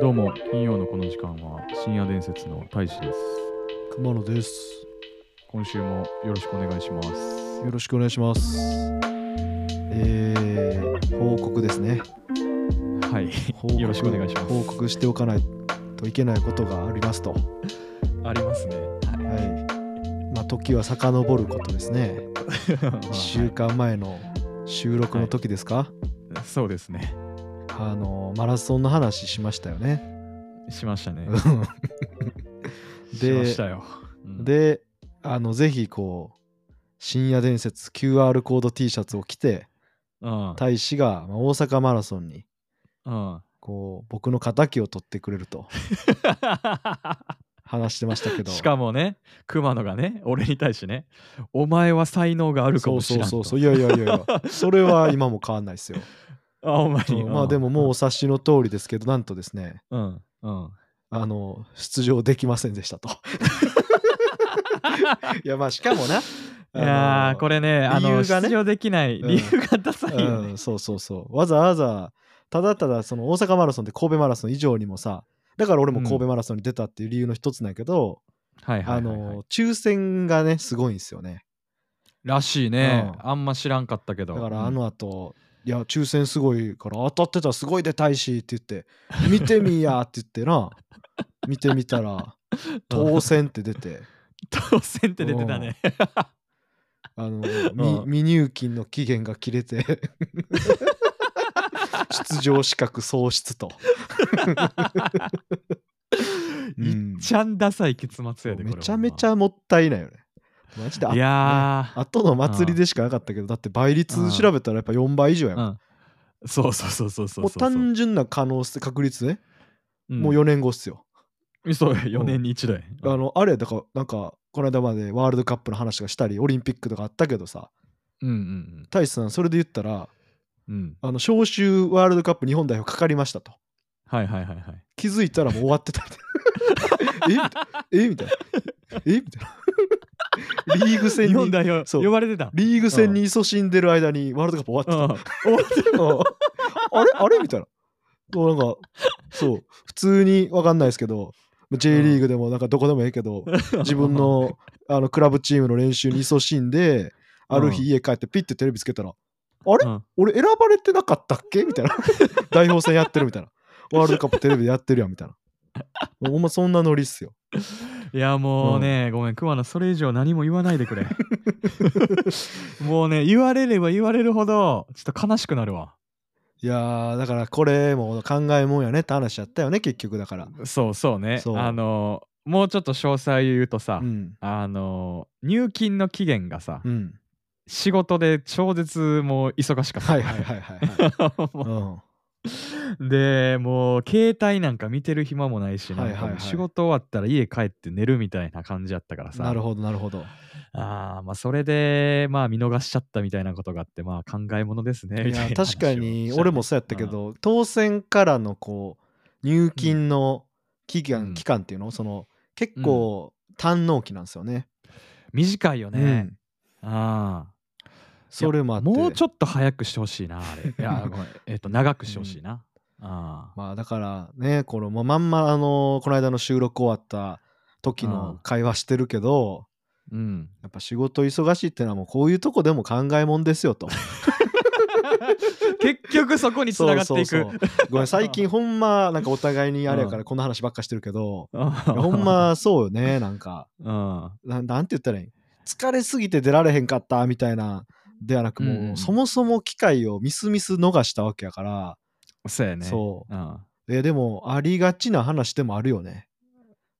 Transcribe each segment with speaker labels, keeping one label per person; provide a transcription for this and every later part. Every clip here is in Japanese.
Speaker 1: どうも、金曜のこの時間は深夜伝説の大使です。
Speaker 2: 熊野です。
Speaker 1: 今週もよろしくお願いします。
Speaker 2: よろしくお願いします。えー、報告ですね。
Speaker 1: はい、
Speaker 2: 報告
Speaker 1: よろしくお願いします
Speaker 2: 報告しておかないといけないことがありますと。は
Speaker 1: あり ますね。
Speaker 2: い。まあ、時は遡ることですね。1週間前の収録の時ですか、
Speaker 1: そうですね。
Speaker 2: あの、マラソンの話しましたよね。
Speaker 1: しま したね。し
Speaker 2: で
Speaker 1: ましたよ。うん、
Speaker 2: で、あの、ぜひこう、深夜伝説 QR コード T シャツを着て、
Speaker 1: うん、
Speaker 2: 大使がまあ大阪マラソンに
Speaker 1: うん。
Speaker 2: こう僕の敵を取ってくれると 話してましたけど
Speaker 1: しかもね、熊野がね、俺に対してね、お前は才能があるか
Speaker 2: そ
Speaker 1: も
Speaker 2: う
Speaker 1: しれ
Speaker 2: そ
Speaker 1: な
Speaker 2: う
Speaker 1: い。
Speaker 2: そうそういやいやいや いやそれは今も変わんないですよ、
Speaker 1: あ、お前 に。
Speaker 2: うんまあでももうお察しの通りですけどなんとですね
Speaker 1: うん、うん。
Speaker 2: あの出場できません でしたといやまあしかもない
Speaker 1: やー、こ
Speaker 2: れ
Speaker 1: れね、あの、
Speaker 2: 理由がね
Speaker 1: 出場できない
Speaker 2: うん
Speaker 1: 理由がダサいよね。
Speaker 2: うん、そうそうそうわざわざただただその大阪マラソンって神戸マラソン以上にもさだから俺も神戸マラソンに出たっていう理由の一つなんやけど、
Speaker 1: はいはいはい、はい。
Speaker 2: あの抽選がねすごいんですよね
Speaker 1: らしいね、
Speaker 2: うん
Speaker 1: あんま知らんかったけど
Speaker 2: だからあの後、いや抽選すごいから当たってたらすごい出たいしって言って「見てみや」って言ってな見てみ たら当選って出て
Speaker 1: 当選って出てたね
Speaker 2: あの、
Speaker 1: うん
Speaker 2: み未入金の期限が切れて 出場資格喪 失と、う
Speaker 1: いっ
Speaker 2: ん
Speaker 1: ちゃんダサい結末やでこ
Speaker 2: め
Speaker 1: れ
Speaker 2: ちゃめち
Speaker 1: ゃ
Speaker 2: ゃもったいないよねマジであ
Speaker 1: いやー、
Speaker 2: 後の祭りでしかなかったけどだって倍率調べたらやっぱ4倍以上やん、
Speaker 1: うんそうそうそうそうそう
Speaker 2: もう
Speaker 1: そう
Speaker 2: 単純な可能性確率ね、
Speaker 1: うん
Speaker 2: もう4年後っすよ
Speaker 1: そう4年に一度や
Speaker 2: あのあれだからなんかこの間までワールドカップの話がしたりオリンピックとかあったけどさ
Speaker 1: うんうん
Speaker 2: 大志さんそれで言ったら
Speaker 1: うんうん
Speaker 2: あの招集ワールドカップ日本代表かかりましたと
Speaker 1: はいはいはいはい
Speaker 2: 気づいたらもう終わってた えみたいなえみたいなえみたいなリーグ戦
Speaker 1: 日本
Speaker 2: に
Speaker 1: 代表
Speaker 2: そう
Speaker 1: 呼ばれてた
Speaker 2: リーグ戦に勤しんでる間にワールドカップ終わってた、うんあれあれみたいなもうなんかそう普通に分かんないですけど J リーグでもなんかどこでもええけど 自分のあのクラブチームの練習に勤しんで、ある日家帰ってピッてテレビつけたら、あれ
Speaker 1: うん
Speaker 2: 俺選ばれてなかったっけみたいな。 代表戦やってるみたいな。ワールドカップテレビでやってるやんみたいな。ほんまそんなノリっすよ。
Speaker 1: いやもうね、ごめん熊野それ以上何も言わないでく れもうね言われれば言われるほどちょっと悲しくなるわ
Speaker 2: いやー、だからこれも考えもんやねって話やったよね、結局だから。
Speaker 1: そうそうね
Speaker 2: そう
Speaker 1: あのもうちょっと詳細言うとさ、
Speaker 2: うん。
Speaker 1: あの入金の期限がさ、
Speaker 2: うん。
Speaker 1: 仕事で超絶もう忙しかった、
Speaker 2: はいはいはいはいは い。
Speaker 1: も
Speaker 2: うん。
Speaker 1: うでもう携帯なんか見てる暇もないし、
Speaker 2: はいはいはい
Speaker 1: なんかもう仕事終わったら家帰って寝るみたいな感じやったからさ
Speaker 2: なるほどなるほど。
Speaker 1: あーまあそれでまあ見逃しちゃったみたいなことがあってまあ考えものですね
Speaker 2: い
Speaker 1: みたい
Speaker 2: や
Speaker 1: な
Speaker 2: 確かに俺もそうやったけど当選からのこう入金の期間,、
Speaker 1: うん
Speaker 2: 期間っていうのその結構堪能期なんですよね。
Speaker 1: 短いよ
Speaker 2: う
Speaker 1: ね、
Speaker 2: ん
Speaker 1: ああ
Speaker 2: それもあって
Speaker 1: もうちょっと早くしてほしいなあれい やごめんえっ、と長くしてほしいな、あ
Speaker 2: まあだからねこのままんまあのこの間の収録終わった時
Speaker 1: うん
Speaker 2: の会話してるけど、
Speaker 1: ーうん
Speaker 2: やっぱ仕事忙しいってのはもうこういうとこでも考えもんですよ と。
Speaker 1: 結局そこにつながっていく
Speaker 2: そうそうそうごめん最近ほんまなんかお互いにあれやからこんな話ばっかしてるけど、いやほ
Speaker 1: ほ
Speaker 2: んまそうよねなんか。
Speaker 1: うん
Speaker 2: なんなんて言ったらいいん疲れすぎて出られへんかったみたいなではなくもう、
Speaker 1: うんうん
Speaker 2: そもそも機会をミスミス逃したわけやから、
Speaker 1: そうやね。。
Speaker 2: そう
Speaker 1: ん。
Speaker 2: えでもありがちな話でもあるよね。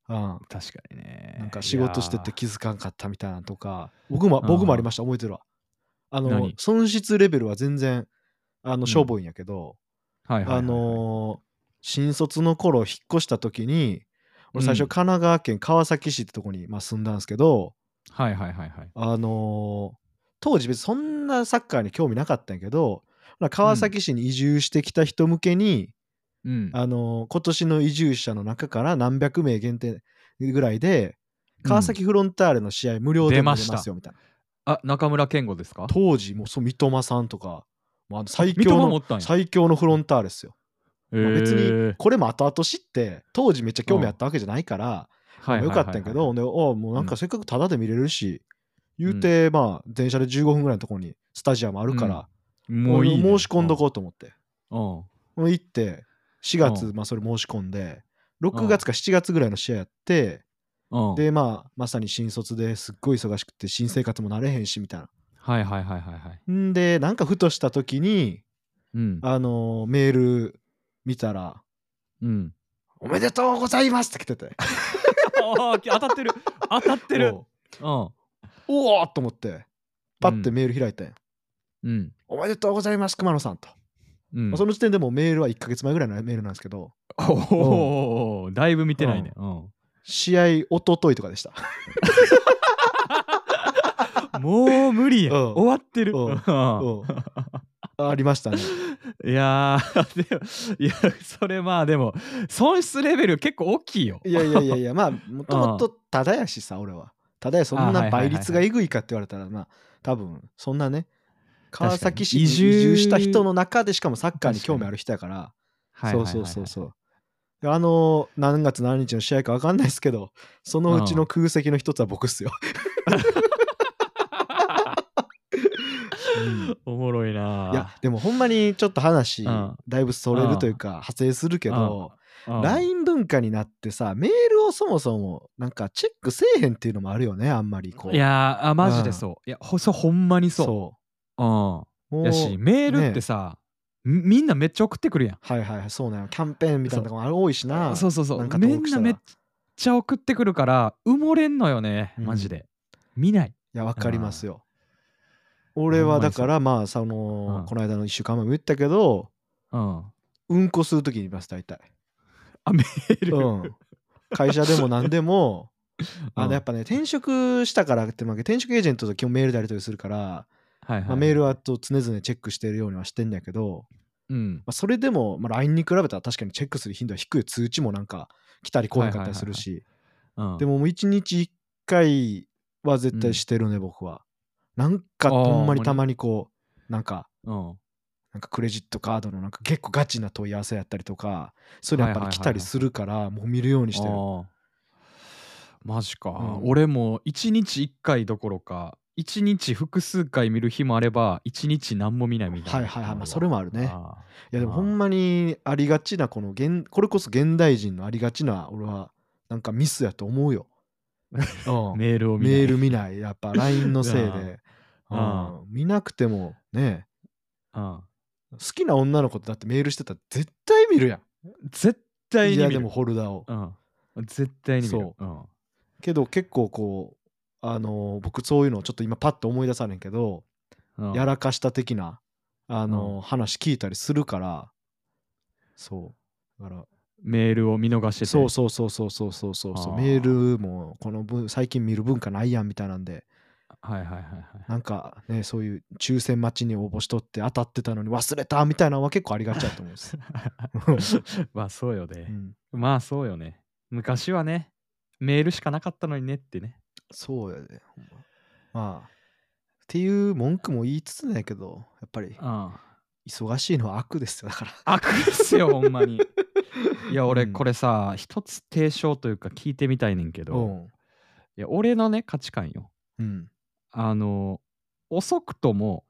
Speaker 2: うん、
Speaker 1: 確かにね。
Speaker 2: なんか仕事してて
Speaker 1: い
Speaker 2: 気づかんかったみたいなとか僕も
Speaker 1: うん
Speaker 2: 僕もありました覚えてるわ。あの
Speaker 1: 何
Speaker 2: 損失レベルは全然あ
Speaker 1: ん
Speaker 2: のしょぼいんやけど、
Speaker 1: やー、はいはいはいはい
Speaker 2: あのー新卒の頃引っ越した時に俺最
Speaker 1: う
Speaker 2: 初
Speaker 1: ん
Speaker 2: 神奈川県川崎市ってとこに、まあ、住んだんですけど、
Speaker 1: はいはいはいはい。
Speaker 2: あのー当時別にそんなサッカーに興味なかったんやけどまあ川崎市に移住してきた人向けに、
Speaker 1: うん。
Speaker 2: あのー今年の移住者の中から何百名限定ぐらいで川崎フロンターレの試合無料で
Speaker 1: 出
Speaker 2: も
Speaker 1: ま
Speaker 2: 出
Speaker 1: した
Speaker 2: ますよみたいな。
Speaker 1: あ、中村健吾ですか
Speaker 2: 当時もうそう三笘さんとか、まああの、最
Speaker 1: 三笘
Speaker 2: 強
Speaker 1: もお
Speaker 2: の
Speaker 1: ったんや。
Speaker 2: 最強のフロンターレですよ。
Speaker 1: え
Speaker 2: まあ別に
Speaker 1: ー
Speaker 2: これも後々知って当時めっちゃ興味あったわけじゃないから、
Speaker 1: はいはいはいはい
Speaker 2: まあよかったんやけど、でおうもうなん
Speaker 1: う
Speaker 2: か
Speaker 1: ん
Speaker 2: せっかくタダで見れるし、言うてまあ電車で15分ぐらいのところにスタジアムあるから、
Speaker 1: もういいね、
Speaker 2: 俺申し込んどこうと思って、
Speaker 1: うん。うん。
Speaker 2: もう行って4月、まあそれ申し込んで6月か7月ぐらいの試合やって、
Speaker 1: うん、
Speaker 2: でまあまさに新卒ですっごい忙しくて新生活も慣れへんしみたいな。
Speaker 1: はいはいはいはいはい。
Speaker 2: んでなんかふとした時に
Speaker 1: うん。
Speaker 2: あのーメール見たら
Speaker 1: うん。
Speaker 2: 「おめでとうございます」って来てて。
Speaker 1: あー当たってる当たってるうん。
Speaker 2: おおーっと思ってパッて
Speaker 1: うん
Speaker 2: メール開いて、
Speaker 1: うん。
Speaker 2: おめでとうございます熊野さんと、
Speaker 1: うん
Speaker 2: まあその時点でもうメールは1ヶ月前ぐらいのメールなんですけど
Speaker 1: おおだいぶ見てないね。うん。
Speaker 2: 試合一昨日とかでした
Speaker 1: もう無理や。
Speaker 2: うん
Speaker 1: 終わってる。
Speaker 2: うん
Speaker 1: うん
Speaker 2: うんありまし たね
Speaker 1: いやー、 でも、いや、それまあでも、損失レベル結構大きいよ。
Speaker 2: いやいやいやいやまあもともとただやしさ俺はただやそん
Speaker 1: あはい
Speaker 2: な
Speaker 1: はいはい
Speaker 2: 倍率がえぐいかって言われたらまあ多分そんなね
Speaker 1: かに
Speaker 2: 川崎市に
Speaker 1: 移
Speaker 2: 移
Speaker 1: 住
Speaker 2: 住した人の中でしかもサッカーに興味ある人やから
Speaker 1: はいはい
Speaker 2: そ
Speaker 1: うはい
Speaker 2: そ
Speaker 1: は
Speaker 2: う
Speaker 1: い
Speaker 2: そうそうであの何月何日の試合か分かんないですけどそのうちの空席の一つは僕っすよ、うん
Speaker 1: おもろいな。
Speaker 2: いやでもほんまにちょっと話、
Speaker 1: うん
Speaker 2: だいぶそれるというか派生するけど、
Speaker 1: うん、
Speaker 2: LINE 文化になってさメールをそもそもなんかチェックせえへんっていうのもあるよねあんまりこう
Speaker 1: いやーあ、マジでそう。いや、ほそうほんまにそう。。
Speaker 2: そううん
Speaker 1: やし、メールって
Speaker 2: ね
Speaker 1: さ、みみんなめっちゃ送ってくるやん。
Speaker 2: はいはいはいそうなのキャンペーンみたいなのが多いしな
Speaker 1: そうそうそ
Speaker 2: な
Speaker 1: う。
Speaker 2: んか
Speaker 1: み
Speaker 2: 登
Speaker 1: ん
Speaker 2: 録し
Speaker 1: な
Speaker 2: たら
Speaker 1: めっちゃ送ってくるから、埋もれんのよね、マジで。見ない。
Speaker 2: いやわかりますよ俺はだからまあその、
Speaker 1: うん
Speaker 2: この間の1週間前も言ったけど
Speaker 1: うん。
Speaker 2: うんこするときに言います大体、
Speaker 1: あ、メール。
Speaker 2: うん、会社でも何でもあ
Speaker 1: うん
Speaker 2: のやっぱね転職したからってまあ転職エージェントと基本メールでやり取りするから、
Speaker 1: はいはい。
Speaker 2: まあ、メールはと常々チェックしてるようにはしてんだけど、
Speaker 1: うん。
Speaker 2: まあ、それでも、まあ、LINE に比べたら確かにチェックする頻度は低い通知もなんか来たり来なかったりするし
Speaker 1: うん
Speaker 2: でももう1日1回は絶対してるね、僕はなんかほんまにたまにこうなんか
Speaker 1: うん。
Speaker 2: なんかクレジットカードのなんか結構ガチな問い合わせやったりとかそういうのやっぱり来たりするからもう見るようにしてる
Speaker 1: あーマジか、
Speaker 2: うん
Speaker 1: 俺も1日1回どころか1日複数回見る日もあれば1日何も見ないみたいな
Speaker 2: はいはいはいまあそれ
Speaker 1: も
Speaker 2: もあるね
Speaker 1: あ
Speaker 2: いやでもほんまにありがちなこの現これこそ現代人のありがちな俺はなんかミスやと思うよ。
Speaker 1: ー
Speaker 2: うん
Speaker 1: メールを見ない
Speaker 2: メール見ないやっぱ LINE のせい で、
Speaker 1: う
Speaker 2: うん
Speaker 1: ん
Speaker 2: 見なくてもね
Speaker 1: うん
Speaker 2: 好きな女の子とだってメールしてたら絶対見るやん。
Speaker 1: 絶対に
Speaker 2: い
Speaker 1: 見
Speaker 2: や
Speaker 1: る
Speaker 2: でもホルダーを。
Speaker 1: うん、絶対に見る
Speaker 2: そ
Speaker 1: うん、は
Speaker 2: けど結構こうあのー僕そういうのをちょっと今パッと思い出さねんけど、
Speaker 1: うん
Speaker 2: やらかした的なあのー話聞いたりするからそうだから
Speaker 1: メールを見逃してて
Speaker 2: そうそうそうそうそうそうそう
Speaker 1: あー
Speaker 2: メールもこの分最近見る文化ないやんみたいなんで
Speaker 1: はいはいはいはい
Speaker 2: なんかねそういう抽選待ちに応募しとって当たってたのに忘れたみたいなのは結構ありがちだと思うん です、
Speaker 1: まあそうよ
Speaker 2: う
Speaker 1: ね、
Speaker 2: ん
Speaker 1: まあそうよね昔はねメールしかなかったのにねってね
Speaker 2: そうやで、ほんま、まあっていう文句も言いつつなんやけどやっぱり
Speaker 1: うん
Speaker 2: 忙しいのは悪ですよだから
Speaker 1: 悪ですよほんまにいや俺
Speaker 2: うん
Speaker 1: これさ一つ提唱というか聞いてみたいねんけ
Speaker 2: う
Speaker 1: ど
Speaker 2: ん
Speaker 1: いや俺のね価値観よ
Speaker 2: うん
Speaker 1: あの遅くとも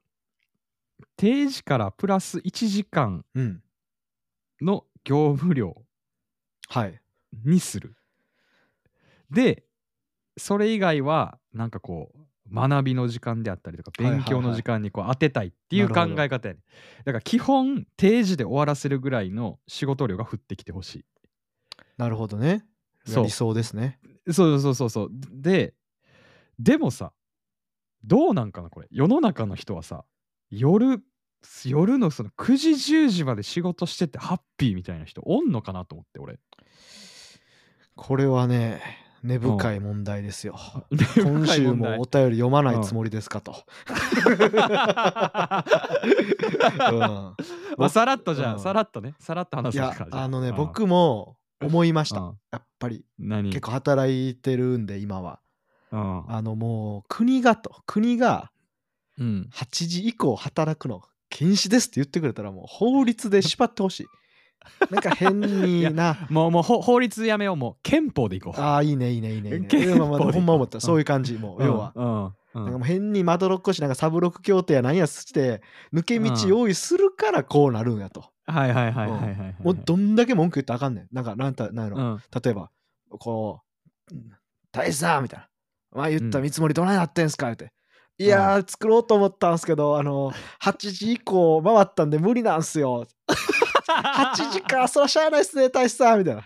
Speaker 1: 定時からプラス1時間
Speaker 2: うん
Speaker 1: の業務量
Speaker 2: はい
Speaker 1: にするでそれ以外はなんかこう学びの時間であったりとか
Speaker 2: はいはいは
Speaker 1: 勉
Speaker 2: い
Speaker 1: 強の時間にこう当てたいっていう考
Speaker 2: なるほど
Speaker 1: え方やねだから基本定時で終わらせるぐらいの仕事量が降ってきてほしい
Speaker 2: なるほどねいや
Speaker 1: そう
Speaker 2: 理想ですね
Speaker 1: そうそうそうそう。で、でもさ、どうなんかな、これ。世の中の人はさ、夜、夜のその9時、10時まで仕事しててハッピーみたいな人おんのかなと思って、俺。
Speaker 2: これはね根深い問題ですよ、 今週もお
Speaker 1: お
Speaker 2: 便り読まないつもりですかと。うん
Speaker 1: まあ、さらっとじゃあ、
Speaker 2: うん
Speaker 1: さらっとね、さらっと話す
Speaker 2: い
Speaker 1: から
Speaker 2: や
Speaker 1: じゃ。
Speaker 2: あのね
Speaker 1: うん、
Speaker 2: 僕も思いました
Speaker 1: うん
Speaker 2: やっぱり
Speaker 1: 何
Speaker 2: 結構働いてるんで今は
Speaker 1: うん
Speaker 2: あのもう国がと国が
Speaker 1: うん
Speaker 2: 8時以降働くの禁止ですって言ってくれたらもう法律で縛ってほ しい。なんか変にな。
Speaker 1: もうもうほ法律やめようもう憲法でいこう
Speaker 2: ああ、いいね、いいね、い いね。いいねい
Speaker 1: 憲
Speaker 2: やまあまあ
Speaker 1: 法で
Speaker 2: ほんま思った。そういう感じ、も
Speaker 1: う
Speaker 2: う、
Speaker 1: ん
Speaker 2: 要は。
Speaker 1: うんう
Speaker 2: なん
Speaker 1: ん
Speaker 2: かもう変にまどろっこし、なんかサブロック協定やなんやして、抜け道用意するからこうなるんやと。
Speaker 1: はいはいはいはいはいはい
Speaker 2: もうどんだけ文句言ってあかんねん。なんか、なんた、なんやろ。
Speaker 1: うん
Speaker 2: 例えば、こう、大地さんみたいな。まあ言った見積もりどないなってんすかって。いやー、作ろうと思ったんすけど、あの、8時以降回ったんで無理なんすよ。8時か、そらしゃあないっすね、大地さんみ たいな。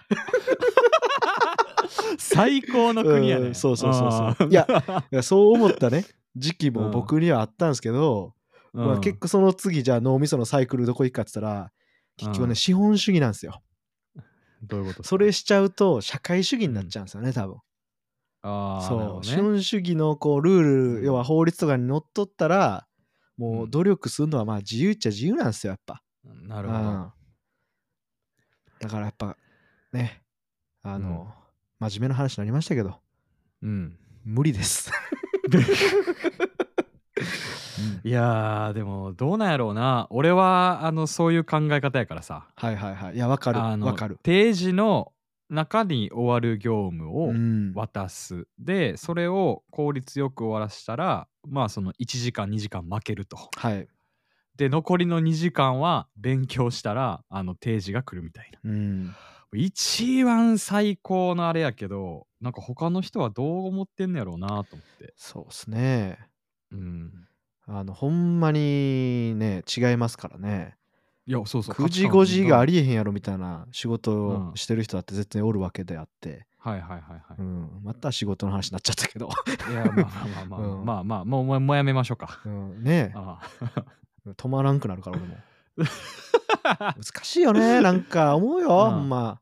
Speaker 1: 最高の国や
Speaker 2: う
Speaker 1: ね
Speaker 2: んそうそうそうそう
Speaker 1: うん
Speaker 2: いやいやそう思ったね、時期も僕にはあったんですけど、
Speaker 1: うん
Speaker 2: まあ、結構その次、じゃあ脳みそのサイクルどこ行くかって言ったら、結局
Speaker 1: う
Speaker 2: ね、
Speaker 1: ん
Speaker 2: 資本主義なんですよ。
Speaker 1: どういうこと
Speaker 2: それしちゃうと、社会主義になっちゃうんですよね、多分。
Speaker 1: ああ
Speaker 2: そう、資
Speaker 1: なるほどね
Speaker 2: 本主義のこうルー
Speaker 1: うん
Speaker 2: ル要は法律とかにのっとったらもううん努力するのはまあ自由っちゃ自由なんですよやっぱ
Speaker 1: なるほど
Speaker 2: うんだからやっぱねあの、真面目な話になりましたけど
Speaker 1: うん
Speaker 2: 無理です
Speaker 1: いやーでもどうなんやろうな俺はあのそういう考え方やからさ
Speaker 2: はいはいはいいやわかる
Speaker 1: あの
Speaker 2: わかる
Speaker 1: 定時の中に終わる業務を
Speaker 2: うん
Speaker 1: 渡す、でそれを効率よく終わらせたらまあその1時間2時間負けると
Speaker 2: はい
Speaker 1: で残りの2時間は勉強したらあの定時が来るみたいな
Speaker 2: うん
Speaker 1: 一番最高のあれやけどなんか他の人はどう思ってんのやろうなと思って
Speaker 2: そうですね
Speaker 1: うん
Speaker 2: あのほんまにね違いますからね
Speaker 1: いやそうそう
Speaker 2: 9時5時があ
Speaker 1: り
Speaker 2: りえへんやろみたいな仕事を
Speaker 1: うん
Speaker 2: してる人だって絶対おるわけであって、
Speaker 1: はいはいはいは
Speaker 2: うん、また仕事の話になっちゃったけど、
Speaker 1: い、いやまあまあまあまあ、
Speaker 2: うん
Speaker 1: まあまあもうもうもうやめましょう か
Speaker 2: うん、ね
Speaker 1: あ
Speaker 2: え止まらんくなるから俺も
Speaker 1: あ
Speaker 2: 難しいよ ねなんか思うよ、
Speaker 1: うん
Speaker 2: ほんまあ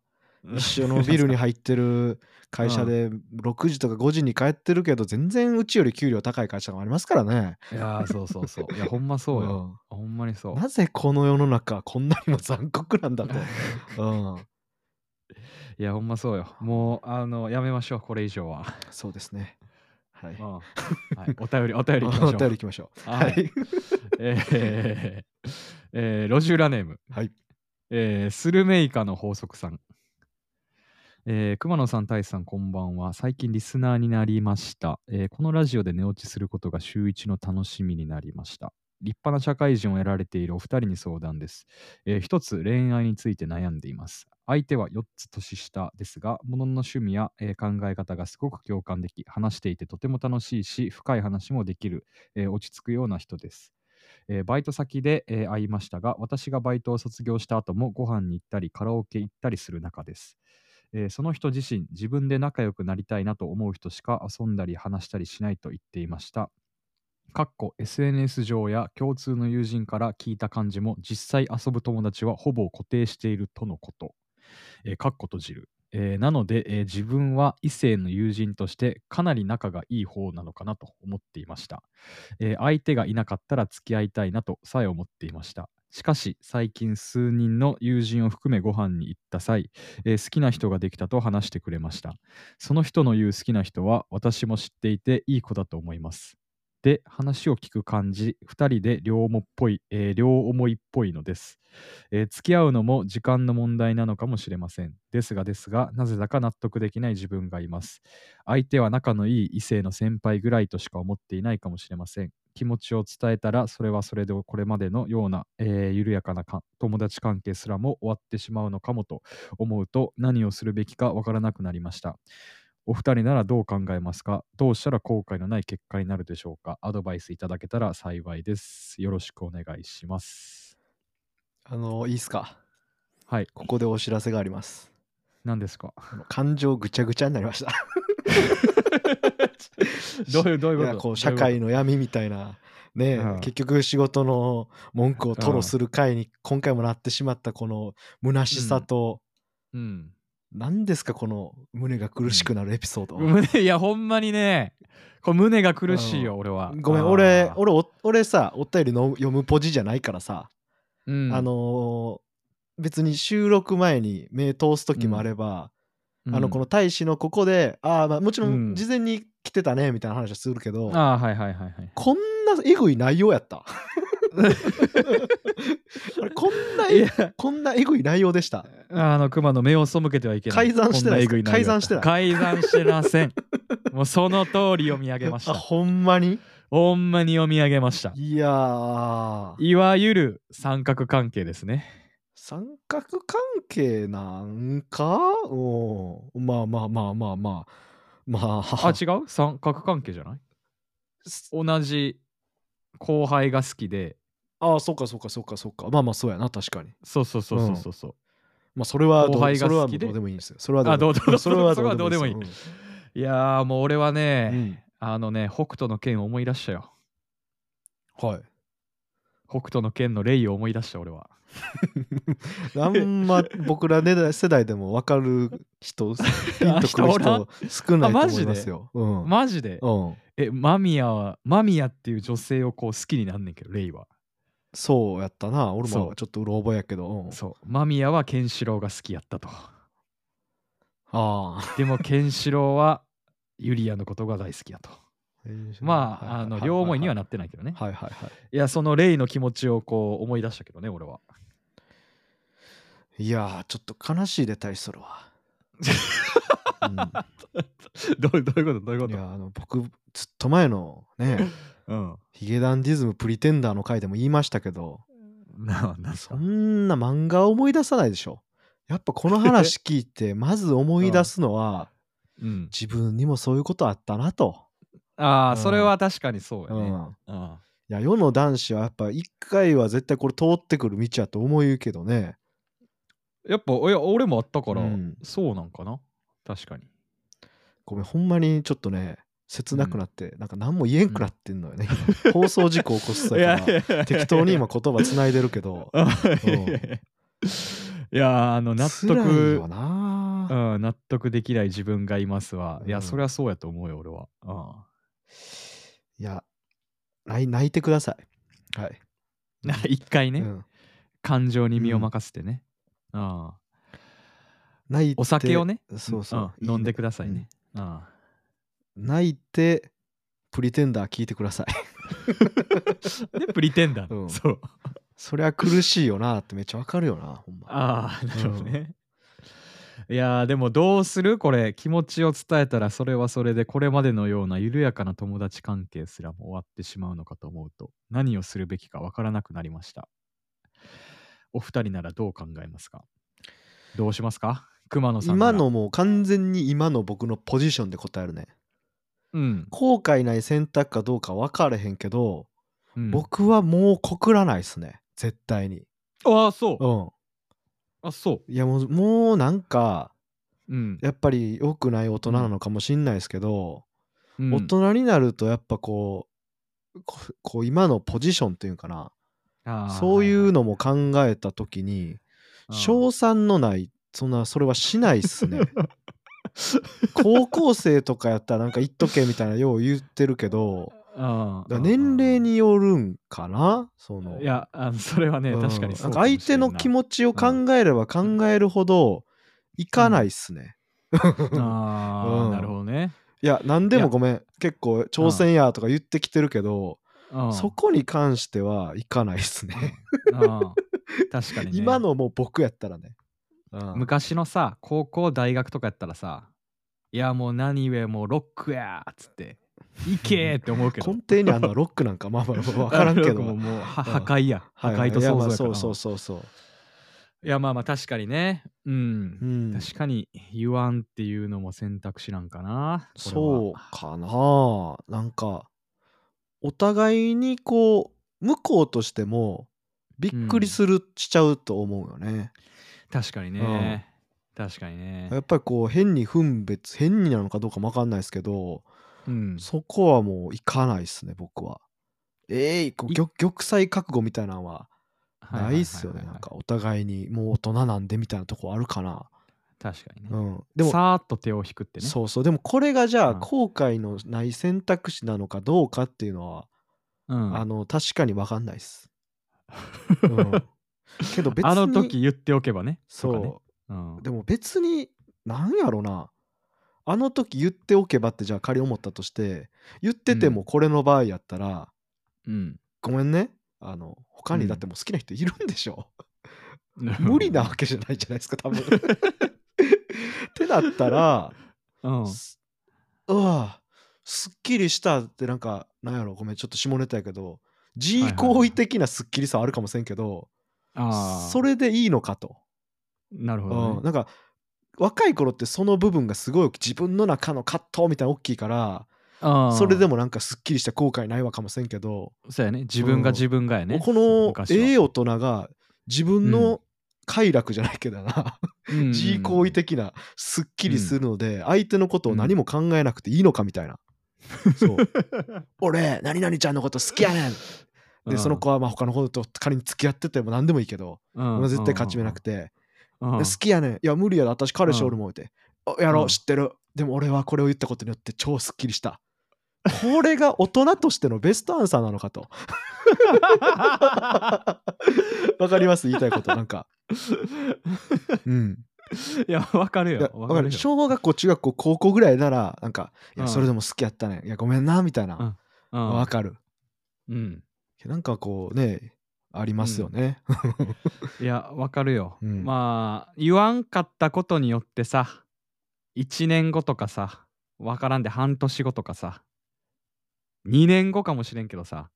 Speaker 2: 一緒のビルに入ってる会社で6時とか5時に帰ってるけど全然うちより給料高い会社もありますからね
Speaker 1: いやーそうそうそういやほんまそうよ、ほんまにそ
Speaker 2: うん
Speaker 1: う
Speaker 2: なぜこの世の中はこんなにも残酷なんだと、 うん、
Speaker 1: いやほんまそうよもうあのやめましょうこれ以上は、
Speaker 2: そうですねは
Speaker 1: う
Speaker 2: い
Speaker 1: んはい、お便りお便りいきましょ
Speaker 2: お
Speaker 1: う
Speaker 2: 便りいきましょう
Speaker 1: はいえーえーロジュラネーム、
Speaker 2: はい
Speaker 1: えースルメイカの法則さん、えー熊野さん、大志さん、こんばんは。最近リスナーになりました、えーこのラジオで寝落ちすることが週一の楽しみになりました。立派な社会人を得られているお二人に相談です。えー一つ、恋愛について悩んでいます。相手は4つ年下ですが、ものの趣味や、えー考え方がすごく共感でき、話していてとても楽しいし、深い話もできる、えー落ち着くような人です。えーバイト先で、えー会いましたが、私がバイトを卒業した後もご飯に行ったり、カラオケ行ったりする仲です。えーその人自身、自分で仲良くなりたいなと思う人しか遊んだり話したりしないと言っていました。かっこ SNS 上や共通の友人から聞いた感じも実際遊ぶ友達はほぼ固定しているとのこと。えー、かっこ閉じる。えーなので、えー自分は異性の友人としてかなり仲がいい方なのかなと思っていました。えー相手がいなかったら付き合いたいなとさえ思っていました。しかし、最近数人の友人を含めご飯に行った際、えー好きな人ができたと話してくれました。その人の言う好きな人は私も知っていていい子だと思います。で、話を聞く感じ、2人で両思っぽい、えー両思いっぽいのです、えー付き合うのも時間の問題なのかもしれません。ですがですが、なぜだか納得できない自分がいます。相手は仲のいい異性の先輩ぐらいとしか思っていないかもしれません。気持ちを伝えたら、それはそれでこれまでのような、えー緩やかなか友達関係すらも終わってしまうのかもと思うと、何をするべきかわからなくなりました。お二人ならどう考えますかどうしたら後悔のない結果になるでしょうかアドバイスいただけたら幸いです。よろしくお願いします。
Speaker 2: あのいいっすか
Speaker 1: はい、
Speaker 2: ここでお知らせがあります
Speaker 1: 何です か
Speaker 2: あの感情ぐちゃぐちゃになりました
Speaker 1: どういう、どういう
Speaker 2: い
Speaker 1: こ
Speaker 2: や
Speaker 1: と
Speaker 2: こう社会の闇みたいなね、
Speaker 1: うん
Speaker 2: 結局仕事の文句を吐露する会に今回もなってしまったこの虚しさと、
Speaker 1: どういう
Speaker 2: 何ですかこの胸が苦しくなるエピソード、
Speaker 1: ことうん。胸いや、ほんまにね、こう胸が苦しいよ、俺は。
Speaker 2: ごめ
Speaker 1: あ
Speaker 2: ん
Speaker 1: ー
Speaker 2: 俺、俺お俺さお便りの読むポジじゃないからさ、
Speaker 1: うん
Speaker 2: あ、のー別に収録前に目通す時もあれば、あのこ
Speaker 1: の、
Speaker 2: の大使のここであーまあもちろ
Speaker 1: うん
Speaker 2: ん事前に来てたねみたいな話はするけど、
Speaker 1: ああ、はいはいはいはい。
Speaker 2: こんなえぐい内容やった。 あれこんなえ
Speaker 1: いや
Speaker 2: こんなえぐい内容でした。
Speaker 1: あの熊の目を背けてはいけない。
Speaker 2: 改ざんしてないです
Speaker 1: こんえぐ内容だ
Speaker 2: 改ざ
Speaker 1: っ
Speaker 2: んしてない
Speaker 1: 改ざんしてません。もうその通り読み上げまし
Speaker 2: あ
Speaker 1: た。
Speaker 2: ほんまに
Speaker 1: ほんまに読み上げました。
Speaker 2: いやー
Speaker 1: いわゆる三角関係ですね。
Speaker 2: 三角関係なんかおまあまあまあまあまあまあ
Speaker 1: あ、違う三角関係じゃない同じ後輩が好きで、
Speaker 2: ああそうかそうかそうかそうかまあまあそうやな確かに
Speaker 1: そうそうそうそうそうそう。
Speaker 2: まあそれはど
Speaker 1: 後輩
Speaker 2: う
Speaker 1: が
Speaker 2: それは
Speaker 1: 好
Speaker 2: も
Speaker 1: き
Speaker 2: う
Speaker 1: で
Speaker 2: どうでもいいんですよそれは
Speaker 1: あどう
Speaker 2: で
Speaker 1: ぞ
Speaker 2: もいいそれは
Speaker 1: それはどうでもいい
Speaker 2: です
Speaker 1: いやーもう俺はね、
Speaker 2: うんうん
Speaker 1: あのね、北斗の剣を思い出したよ。
Speaker 2: はい
Speaker 1: 北斗の剣のレイを思い出した俺は。
Speaker 2: あんま僕ら世代世代でも分かる 人、ピ ンとくる
Speaker 1: 人おらん
Speaker 2: 人少ないと
Speaker 1: あマ
Speaker 2: 思
Speaker 1: ジ
Speaker 2: い
Speaker 1: で
Speaker 2: ますよ。うん。
Speaker 1: マジで、
Speaker 2: うん、
Speaker 1: え、マミヤは、マミヤっていう女性をこう好きになんねんけど、レイは。
Speaker 2: そうやったな。俺
Speaker 1: そ
Speaker 2: も
Speaker 1: う
Speaker 2: ちょっとうろ覚えやけど。うん、
Speaker 1: そう。マミヤはケンシロウが好きやったと。
Speaker 2: ああ。
Speaker 1: でも、ケンシロウはユリアのことが大好きや と。まあ、あの、両思いには
Speaker 2: な
Speaker 1: なってないけどね。
Speaker 2: はいはいはい
Speaker 1: や、そのレイの気持ちをこう思い出したけどね、俺は。
Speaker 2: い。いやー、ちょっと悲しいでたい、それ は。うん、
Speaker 1: どうどういうことどういうこ
Speaker 2: い
Speaker 1: と
Speaker 2: やあの僕ずっと前の ね
Speaker 1: うん。
Speaker 2: ヒゲダンディズムプリテンダーの回でも言いましたけど
Speaker 1: な、なんす
Speaker 2: そ
Speaker 1: か
Speaker 2: んな漫画思い出さないでしょやっぱこの話聞いてまず思い出すのは
Speaker 1: うん。
Speaker 2: 自分にもそういうことあったなと、
Speaker 1: ああ、
Speaker 2: うん
Speaker 1: それは確かにそう
Speaker 2: う
Speaker 1: やね。
Speaker 2: ん、
Speaker 1: うん。
Speaker 2: いや世の男子はやっぱ一回は絶対これ通ってくる道やと思うけどね
Speaker 1: やっぱ、いや、俺もあったから、
Speaker 2: うん
Speaker 1: そうなんかな確かに。
Speaker 2: ごめんほんまにちょっとね切なくなって、なんか何も言えんくなってんのよね、今 放送事故起こ すさから適当に今言葉つないでるけど
Speaker 1: あ い
Speaker 2: うん
Speaker 1: やいやいやいやあの納
Speaker 2: 辛い
Speaker 1: 得
Speaker 2: よな
Speaker 1: うん、納得できない自分がいますわ。いや、
Speaker 2: うん
Speaker 1: そりゃそうやと思うよ、俺は。あ
Speaker 2: いや、ない泣いてください。はい。
Speaker 1: あ 一回ね、
Speaker 2: うん
Speaker 1: 感情に身を任せてね。ああ
Speaker 2: 泣いて
Speaker 1: お酒を。ね、
Speaker 2: そうそう。
Speaker 1: ん
Speaker 2: いいね
Speaker 1: 飲んでくださいね。あ
Speaker 2: 泣いて、プリテンダー聞いてください。
Speaker 1: あで、プリテンダー、
Speaker 2: うん
Speaker 1: そう。
Speaker 2: そりゃ苦しいよなってめっちゃわかるよな、ほんま。
Speaker 1: ああ、なるほどね。いやーでもどうするこれ気持ちを伝えたらそれはそれでこれまでのような緩やかな友達関係すらも終わってしまうのかと思うと何をするべきかわからなくなりましたお二人ならどう考えますかどうしますか熊野さんなら
Speaker 2: 今のもう完全に今の僕のポジションで答えるね。
Speaker 1: うん、
Speaker 2: 後悔ない選択かどうか分からへんけど、
Speaker 1: うん、
Speaker 2: 僕はもう告らないっすね。絶対に。
Speaker 1: ああそう
Speaker 2: うん。
Speaker 1: あそ
Speaker 2: いやもう、もうなんか、
Speaker 1: ううん、
Speaker 2: やっぱり良くない大人なのかもしんないですけど、
Speaker 1: うん、
Speaker 2: 大人になるとやっぱこうここう今のポジションっていうんかな
Speaker 1: あー
Speaker 2: そういうのも考えた時に賞賛のないそんなそれはしないっす ね高校生とかやったらなんか言っとけみたいなよう言ってるけど
Speaker 1: あー
Speaker 2: だから年齢によるんかなその
Speaker 1: いやあのそれはね、
Speaker 2: うん
Speaker 1: 確かに
Speaker 2: なんか相手の気
Speaker 1: ち
Speaker 2: 持ちを考えれば考えるほどいかないっすね、
Speaker 1: ああ、
Speaker 2: うん
Speaker 1: なるほどね、
Speaker 2: いや何で
Speaker 1: いや
Speaker 2: もごめん結構挑戦やとか言ってきてるけど、
Speaker 1: うん、
Speaker 2: そこに関してはいかないっすね
Speaker 1: ああ確かに、ね、
Speaker 2: 今のもう僕やったらね。
Speaker 1: 昔のさ高校大学とかやったらさいやもう何故もうロックやーっつって行けーって思うけ ど
Speaker 2: 根底にあんのはロックなんかまあまあ分からんけど。
Speaker 1: ロックももうは
Speaker 2: うん
Speaker 1: 破壊や、
Speaker 2: はい
Speaker 1: 破
Speaker 2: はい
Speaker 1: 壊と
Speaker 2: いや
Speaker 1: 想像
Speaker 2: ま
Speaker 1: やか
Speaker 2: あ
Speaker 1: ら
Speaker 2: そ
Speaker 1: な
Speaker 2: うそうそうそう。
Speaker 1: いやまあまあ確かにねうん
Speaker 2: う、ん、
Speaker 1: 確かに言わんっていうのも選択肢なんかな
Speaker 2: そうかな。なんかお互いにこう向こうとしてもびっくりする、しちゃうと思うよね。
Speaker 1: う確かにね、確かにね
Speaker 2: やっぱりこう変に分別変になのかどうかも分かんないですけど、
Speaker 1: うん
Speaker 2: そこはもういかないっすね僕は。えい、こう
Speaker 1: い
Speaker 2: 玉玉砕覚悟みたいなのは
Speaker 1: はいはいはいはい
Speaker 2: ないっすよね。なんかお互いにもう大人なんでみたいなとこあるかな。
Speaker 1: 確かにね、
Speaker 2: うん。でも、
Speaker 1: さーっと手を引くってね
Speaker 2: そうそう。でもこれがじゃあ
Speaker 1: うん
Speaker 2: 後悔のない選択肢なのかどうかっていうのは、
Speaker 1: う、ん、
Speaker 2: あの、確かに分かんない っす。うん、けど別に。
Speaker 1: あの時言っておけばねとかね、
Speaker 2: そう
Speaker 1: ん、
Speaker 2: う。でも別に、なんやろな。あの時言っておけばってじゃあ仮に思ったとして言っててもこれの場合やったら、
Speaker 1: うん。
Speaker 2: ごめんねあの他
Speaker 1: う
Speaker 2: に
Speaker 1: ん
Speaker 2: だってもう好きな人いるんでし ょ、無
Speaker 1: 無
Speaker 2: 理な。わけじゃないじゃないです か多分。ってなったら
Speaker 1: うん。
Speaker 2: すうわすっきりしたってなんかなんやろごめんちょっと下ネタやけど
Speaker 1: はいは
Speaker 2: G
Speaker 1: い
Speaker 2: 行為的なすっきりさはあるかもしれんけど、
Speaker 1: ああ。
Speaker 2: それでいいのかと、
Speaker 1: なるほ
Speaker 2: うん
Speaker 1: ど、ね。
Speaker 2: なんか若い頃ってその部分がすごい自分の中の葛藤みたいな大きいから
Speaker 1: ああ
Speaker 2: それで。もなんかすっきりした後悔ないわかもしれんけど、
Speaker 1: そうやね。自分が自分がやね。
Speaker 2: この
Speaker 1: 昔は
Speaker 2: ええ大人が自分の快楽じゃないけどな、
Speaker 1: うんうんうん
Speaker 2: G 行為的なすっきりするので、相手のことを何も考えなくていいのかみたいな。そう 俺何々ちゃんのこと好きやねんでその、子はまあ他の子と仮に付き合ってても何でもいいけど、
Speaker 1: うん
Speaker 2: 俺は絶対勝ち目なくて、
Speaker 1: うんうんうん
Speaker 2: で好きやねんいや無理やで私彼氏おるもんって、あやろ、
Speaker 1: うん
Speaker 2: 知ってるでも俺はこれを言ったことによって超すっきりしたこれが大人としてのベストアンサーなのか とわかります言いたいことなんかうん
Speaker 1: いや、わかる
Speaker 2: いや
Speaker 1: よ。
Speaker 2: わかる
Speaker 1: よ
Speaker 2: 小学校中学校高校ぐらいならなんかいや
Speaker 1: うん
Speaker 2: それでも好きやったねいやごめんなみたいな
Speaker 1: うん
Speaker 2: わかる
Speaker 1: うん。
Speaker 2: なんかこうねありますよね、
Speaker 1: いや、わかるよ。
Speaker 2: うん
Speaker 1: まあ、言わんかったことによってさ、1年後とかさ、わからんで半年後とかさ、2年後かもしれんけどさ、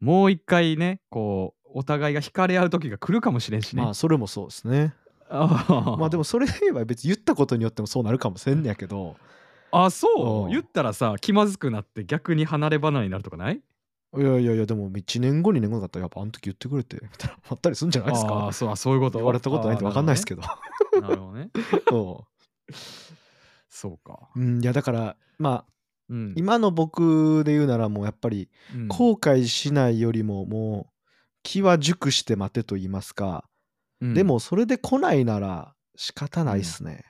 Speaker 1: もう一回ね、こう、お互いが惹かれ合う時が来るかもしれんしね。
Speaker 2: まあそれもそうですね
Speaker 1: あ
Speaker 2: まあでもそれで言えば別に言ったことによってもそうなるかもしれんねやけど
Speaker 1: あそう、
Speaker 2: うん
Speaker 1: 言ったらさ気まずくなって逆に離れ離れになるとかない
Speaker 2: いやいやいやでも1年後2年後だったらやっぱあの時言ってくれてみたいなあったりするんじゃないです
Speaker 1: あ
Speaker 2: か
Speaker 1: ーそうあそういうこと
Speaker 2: 言われたことないんで分かんないです けど
Speaker 1: ど、なるほどね
Speaker 2: そう
Speaker 1: そうか、
Speaker 2: うんいやだからまあ
Speaker 1: うん、
Speaker 2: 今の僕で言うならもうやっぱり
Speaker 1: うん
Speaker 2: 後悔しないよりももう気は熟して待てと言いますか、
Speaker 1: うん
Speaker 2: でもそれで来ないなら仕方ないっすね、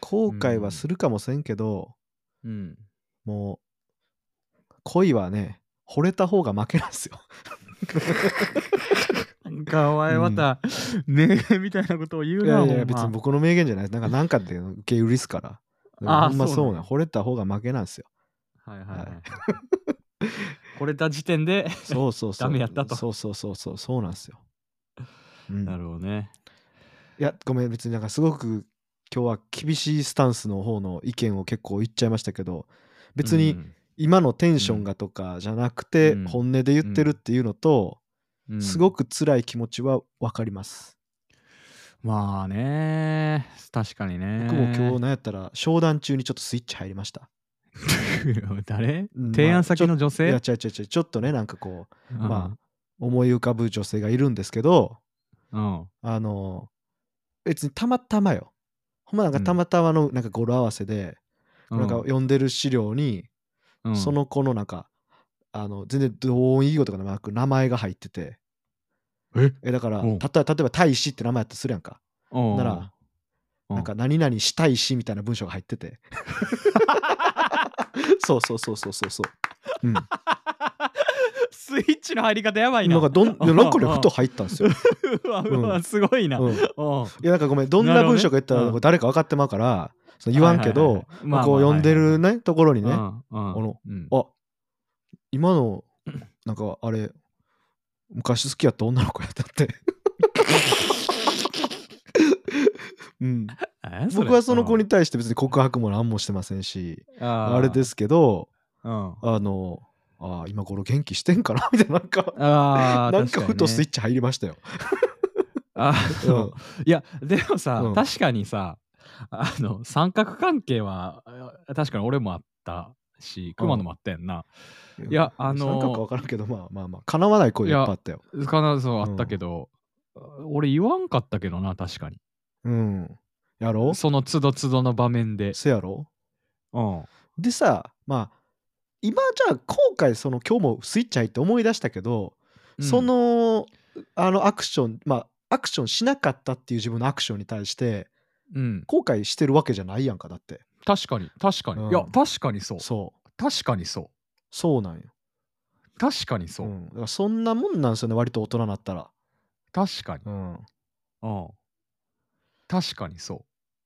Speaker 2: 後悔はするかもせんけど、
Speaker 1: うん
Speaker 2: もう恋はね惚れた方が負けなんですよ
Speaker 1: なんかお前また、ね え みたいなことを言う
Speaker 2: い
Speaker 1: な
Speaker 2: や
Speaker 1: も
Speaker 2: い
Speaker 1: ん
Speaker 2: や別に僕の名言じゃないですなんかなんかっ て受け売りっすからでも
Speaker 1: あー
Speaker 2: ほんま
Speaker 1: そうな
Speaker 2: そ
Speaker 1: ん
Speaker 2: う
Speaker 1: や
Speaker 2: ね惚れた方が負けなんですよ
Speaker 1: はいはい、
Speaker 2: は
Speaker 1: はいい、これた時点で
Speaker 2: そうそうそ う
Speaker 1: ダメやったと
Speaker 2: そうそうそうそうそうなんですよ、うん、
Speaker 1: なるほどね
Speaker 2: いやごめん別になんかすごく今日は厳しいスタンスの方の意見を結構言っちゃいましたけど別に今のテンションがとかじゃなくて
Speaker 1: うん
Speaker 2: 本音で言ってるっていうのとすご
Speaker 1: く
Speaker 2: く辛い気持ちは分かります。
Speaker 1: まあね確かにね
Speaker 2: 僕も今日なんやったら商談中にちょっとスイッチ入りました。
Speaker 1: 日 誰
Speaker 2: うん
Speaker 1: 提案先の女
Speaker 2: い
Speaker 1: 性、
Speaker 2: や違う違う違うちょっとねなんかこう
Speaker 1: うん
Speaker 2: まあ思い浮かぶ女性がいるんですけど
Speaker 1: うん
Speaker 2: あの別にたまたまよほんまなんかたまたまのなんか語呂合わせで
Speaker 1: う
Speaker 2: なんか読んでる資料に
Speaker 1: うん
Speaker 2: その子のなんかあの全然同音異義語とかでもなく名前が入ってて
Speaker 1: え
Speaker 2: えだから
Speaker 1: うん
Speaker 2: たとえ例えば大使って名前やったとするやんか
Speaker 1: うん
Speaker 2: なら
Speaker 1: うん
Speaker 2: なんか何々したいしみたいな文章が入っ ててそうそうそうそうそうそう、うん、なん
Speaker 1: スイッチの入り方やばいな。
Speaker 2: かどんいやなんかねふと入ったんですよ、
Speaker 1: うわ
Speaker 2: うん
Speaker 1: うわすごいな。
Speaker 2: う、
Speaker 1: うん
Speaker 2: い
Speaker 1: ん
Speaker 2: やなんかごめんどんな文章か言った
Speaker 1: なる
Speaker 2: ら
Speaker 1: ほどねうん
Speaker 2: 誰か分かってまうからその言わんけ
Speaker 1: はい
Speaker 2: ど
Speaker 1: はいはいまあ
Speaker 2: こ
Speaker 1: ま
Speaker 2: う
Speaker 1: あ
Speaker 2: 読んでるねところに
Speaker 1: はい
Speaker 2: ね
Speaker 1: はいうんうん
Speaker 2: この
Speaker 1: うん
Speaker 2: あ今の なんかあれ昔好きやった女の子やった って。うん、
Speaker 1: えれ
Speaker 2: 僕はその子に対して別に告白も何もしてませんし
Speaker 1: あ。
Speaker 2: あれですすけど
Speaker 1: うんあ
Speaker 2: あのあー今頃元気してんかな みたいななんか
Speaker 1: あ
Speaker 2: なんかふとスイッ
Speaker 1: チ。
Speaker 2: チ入りましたよ。
Speaker 1: あ
Speaker 2: う
Speaker 1: そ
Speaker 2: ん
Speaker 1: ういやでもさ、
Speaker 2: うん
Speaker 1: 確かにさあの三角関係はあ確かに俺もあったし熊野もあったやんな。いやあ
Speaker 2: なんかか
Speaker 1: の
Speaker 2: 分からんけどまあまあまあ叶わない声がいっぱいあったよ。
Speaker 1: 必ずそうあったけど、俺言わんかったけどな確かに。
Speaker 2: うん、やろ
Speaker 1: その都度都度の場面で。
Speaker 2: せやろ
Speaker 1: うん。
Speaker 2: でさまあ今じゃあ後悔その今日もスイッチ入って思い出したけど、そのあのアクションまあアクションしなかったっていう自分のアクションに対して
Speaker 1: うん、
Speaker 2: 後悔してるわけじゃないやんかだって
Speaker 1: 確かに確かに、
Speaker 2: うん
Speaker 1: いや確かにそう
Speaker 2: そう
Speaker 1: 確かにそう
Speaker 2: そうなんよ
Speaker 1: 確かにそう、
Speaker 2: ん、だからそんなもんなんですよね割と大人になったら
Speaker 1: 確かに、
Speaker 2: うん
Speaker 1: うん、確かにそう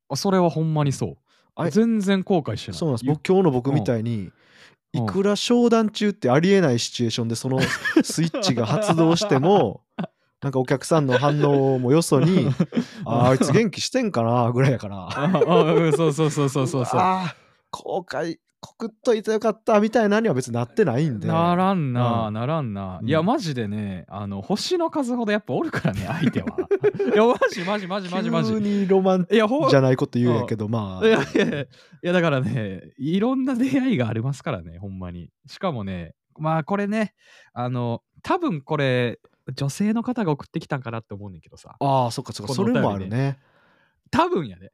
Speaker 1: あそれはほんまにそう
Speaker 2: あれ
Speaker 1: 全然後悔してない。
Speaker 2: そうなんです
Speaker 1: ゆ
Speaker 2: 僕今日の僕みたいに、いくら商談中ってありえないシチュエーションでそ のスイッチが発動してもなんかお客さんの反応もよそにあーあいつ元気してんかなぐらいやから
Speaker 1: ああうんそうそうそうそうそうそう。
Speaker 2: あ後悔告っといてよかったみたいなには別になってないんで
Speaker 1: ならんな、
Speaker 2: うん
Speaker 1: ならんな、
Speaker 2: うん
Speaker 1: いやマジでねあの星の数ほどやっぱおるからね相手は いやマジマジマジマジマジ
Speaker 2: 急にロマン
Speaker 1: いやほん
Speaker 2: じゃないこと言うんやけどま
Speaker 1: いやいやいやいやだからねいろんな出会いがありますからねほんまにしかもねまあこれねあの多分これ女性の方が送ってきたんかなって思うねんけどさ
Speaker 2: あああそっかそっかそ
Speaker 1: このお便り
Speaker 2: れ
Speaker 1: ね
Speaker 2: もあるね
Speaker 1: 多分やで、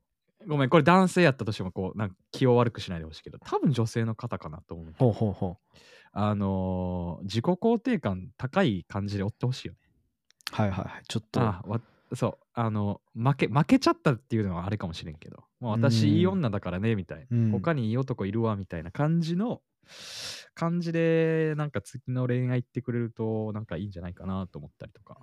Speaker 1: ごめんこれ男性やったとしてもこうなんか気を悪くしないでほしいけど多分女性の方かなと思う
Speaker 2: ほうほうほう
Speaker 1: あのー自己肯定感高い感じで追ってほしいよね
Speaker 2: はいはいはいちょっと
Speaker 1: あわそうあの負け負けちゃったっていうのはあれかもしれんけどもう私
Speaker 2: うん
Speaker 1: いい女だからねみたいな、
Speaker 2: うん
Speaker 1: 他にいい男いるわみたいな感じの感じでなんか次の恋愛行ってくれるとなんかいいんじゃないかなと思ったりとか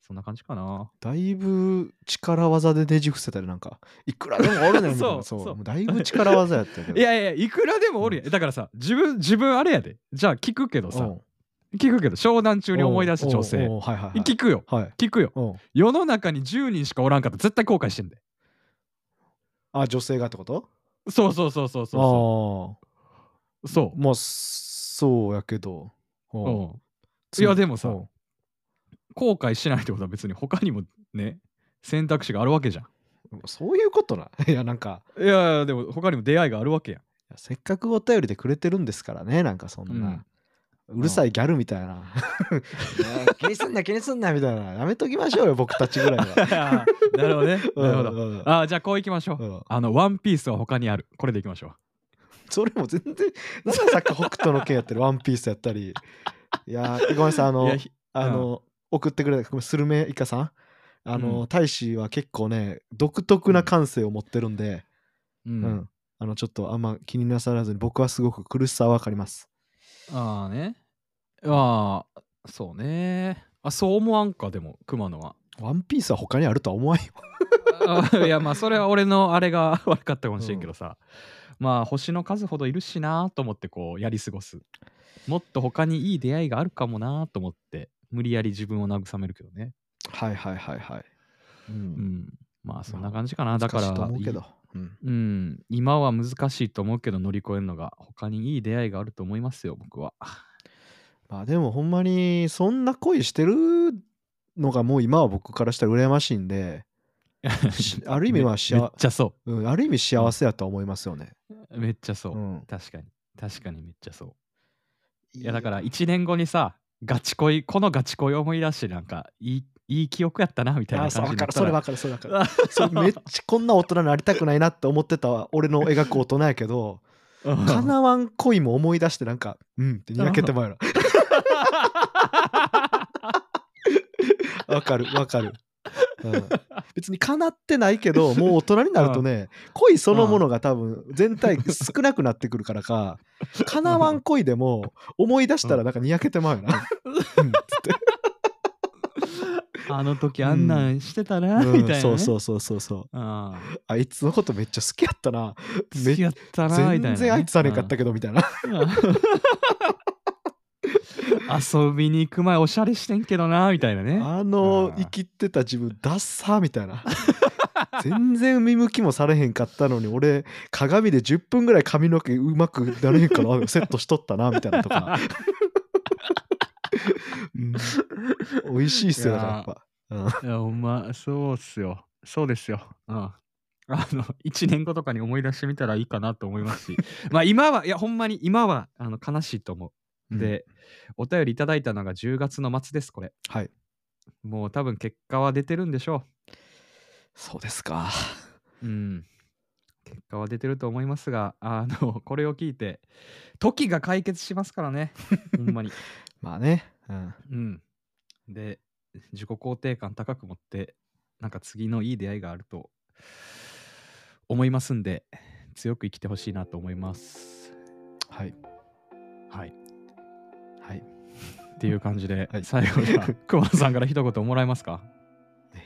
Speaker 1: そんな感じかな
Speaker 2: だいぶ力技でねじ伏せたりなんかいくらでもおるねんみたい
Speaker 1: そう
Speaker 2: なそう
Speaker 1: そう
Speaker 2: もうだいぶ力技やったけ ど
Speaker 1: いやいやいくらでもおるやんだからさ自分自分あれやでじゃあ聞くけど
Speaker 2: う
Speaker 1: さ
Speaker 2: ん
Speaker 1: 聞くけど商談中に思い出す女
Speaker 2: おう
Speaker 1: 性
Speaker 2: おうはいはいはい
Speaker 1: 聞くよ
Speaker 2: はい
Speaker 1: 聞くよ
Speaker 2: うん
Speaker 1: 世の中に10人しかおらんかったら絶対後悔してんで
Speaker 2: あ女性がってこと
Speaker 1: そうそうそうそうそ
Speaker 2: あ
Speaker 1: うそ
Speaker 2: あまあそうやけどう
Speaker 1: う、
Speaker 2: ん
Speaker 1: うん、いやでもさ
Speaker 2: うん
Speaker 1: 後悔しないってことは別に他にもね選択肢があるわけじゃん
Speaker 2: そういうことない やなんか
Speaker 1: いやいやでも他にも出会いがあるわけやん
Speaker 2: いやせっかくお便りでくれてるんですからねなんかそんな、うるさいギャルみた いな、ねえ気にすんな気にすんなみたいなやめときましょうよ僕たちぐらいは
Speaker 1: なるほどねなるほど
Speaker 2: うんうん
Speaker 1: あじゃあこういきましょう
Speaker 2: うん
Speaker 1: あのワンピースは他にあるこれでいきましょ
Speaker 2: それも全然なんかさっき北斗の拳やったりワンピースやったりいやーごめんなさいあ
Speaker 1: うい
Speaker 2: の
Speaker 1: やひ
Speaker 2: あの、送ってくれたごめんスルメイカさんあの、
Speaker 1: うん
Speaker 2: 大使は結構ね独特な感性を持ってるんで、
Speaker 1: う
Speaker 2: うんんあのちょっとあんま気になさらずに僕はすごく苦しさは分かります
Speaker 1: ああねああそうねあそう思わんかでも熊野は
Speaker 2: ワンピースは他にあるとは思わんよ
Speaker 1: あいやまあそれは俺のあれが悪かったかもしれんけどさ、まあ星の数ほどいるしなと思ってこうやり過ごすもっと他にいい出会いがあるかもなと思って無理やり自分を慰めるけどね、
Speaker 2: はいはいはいはい。
Speaker 1: う
Speaker 2: う。
Speaker 1: んん、まあそんな感じかな、だから
Speaker 2: 難しいと思うけ
Speaker 1: い
Speaker 2: ど。うん
Speaker 1: うん、今は難しいと思うけど乗り越えるのが他にいい出会いがあると思いますよ僕は
Speaker 2: まあでもほんまにそんな恋してるのがもう今は僕からしたら羨ましい んで、しある意味は幸
Speaker 1: めめっちゃそ
Speaker 2: うん、ある意味幸せやとは思いますよね。
Speaker 1: うめっちゃそう、
Speaker 2: うん。
Speaker 1: 確かに確かにめっちゃそう
Speaker 2: い
Speaker 1: いやだから1年後にさガチ恋このガチ恋思い出してなんかいいいい記憶やったなみたい
Speaker 2: あ
Speaker 1: な
Speaker 2: ーそう
Speaker 1: 感じになっ
Speaker 2: わかる
Speaker 1: た
Speaker 2: それ
Speaker 1: ら
Speaker 2: わかるそれわかる それめっちゃこんな大人になりたくないなって思ってた俺の描く大人やけど
Speaker 1: うん
Speaker 2: かなわん恋も思い出してなんかうんってにやけてまいらわかるわかる、うん、別にかなってないけどもう大人になるとね恋そのものが多分全体少なくなってくるからかかなわん恋でも思い出したらなんかにやけてまうよなうんつって
Speaker 1: あの時あんなんしてたな、
Speaker 2: う
Speaker 1: み
Speaker 2: ん
Speaker 1: たいな、ね
Speaker 2: そうそうそうそうそう
Speaker 1: あ
Speaker 2: あいつのことめっちゃ好きやったな
Speaker 1: ー
Speaker 2: め
Speaker 1: 好きやったなみたいな、
Speaker 2: 全然あいつされんかった
Speaker 1: け
Speaker 2: けどみたいな
Speaker 1: ど 遊びに行く前おしゃれしてんけどなみたいなね
Speaker 2: あの
Speaker 1: あー
Speaker 2: 生きてた自分ダッサーみたいな全然見向きもされへんかったのに俺鏡で10分ぐらい髪の毛うまくなれへんから あセットしとったなみたいなとか、うん美味しいっすよ
Speaker 1: い
Speaker 2: だ
Speaker 1: やー
Speaker 2: からやっぱ
Speaker 1: いやほんまそうっすよそうですようん あの1年後とかに思い出してみたらいいかなと思いますし まあ今はいやほんまに今はあの悲しいと思う
Speaker 2: うん
Speaker 1: で、お便りいただいたのが10月の末です、これ。
Speaker 2: はい
Speaker 1: もう多分結果は出てるんでしょ
Speaker 2: そうですか
Speaker 1: う。うん。結果は出てると思いますが、あの、これを聞いて、時が解決しますから ね。ほんまに。
Speaker 2: まあね、うん、
Speaker 1: うん。で、自己肯定感高く持って、なんか次のいい出会いがあると思いますんで、強く生きてほしいなと思います。
Speaker 2: はい
Speaker 1: はい。
Speaker 2: はい
Speaker 1: っていう感じで、
Speaker 2: はい
Speaker 1: 最後には、熊野さんから一言もらえますか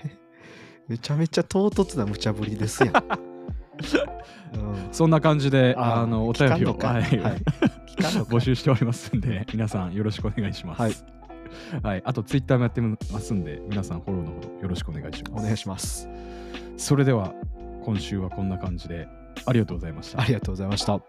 Speaker 2: めちゃめちゃ唐突な無茶ぶりですやんうん
Speaker 1: そんな感じで、
Speaker 2: あー
Speaker 1: あのお便りを、
Speaker 2: 聞かん
Speaker 1: は
Speaker 2: の
Speaker 1: い
Speaker 2: かはい聞かんのか
Speaker 1: 募集しておりますんで、皆さんよろしくお願いします。
Speaker 2: はい
Speaker 1: はいあと、ツイッターもやってますんで、皆さんフォローのほどよろしくお願いしま
Speaker 2: お
Speaker 1: す。
Speaker 2: 願いします。
Speaker 1: それでは、今週はこんな感じで、ありがとうございました
Speaker 2: あ。りがとうございました。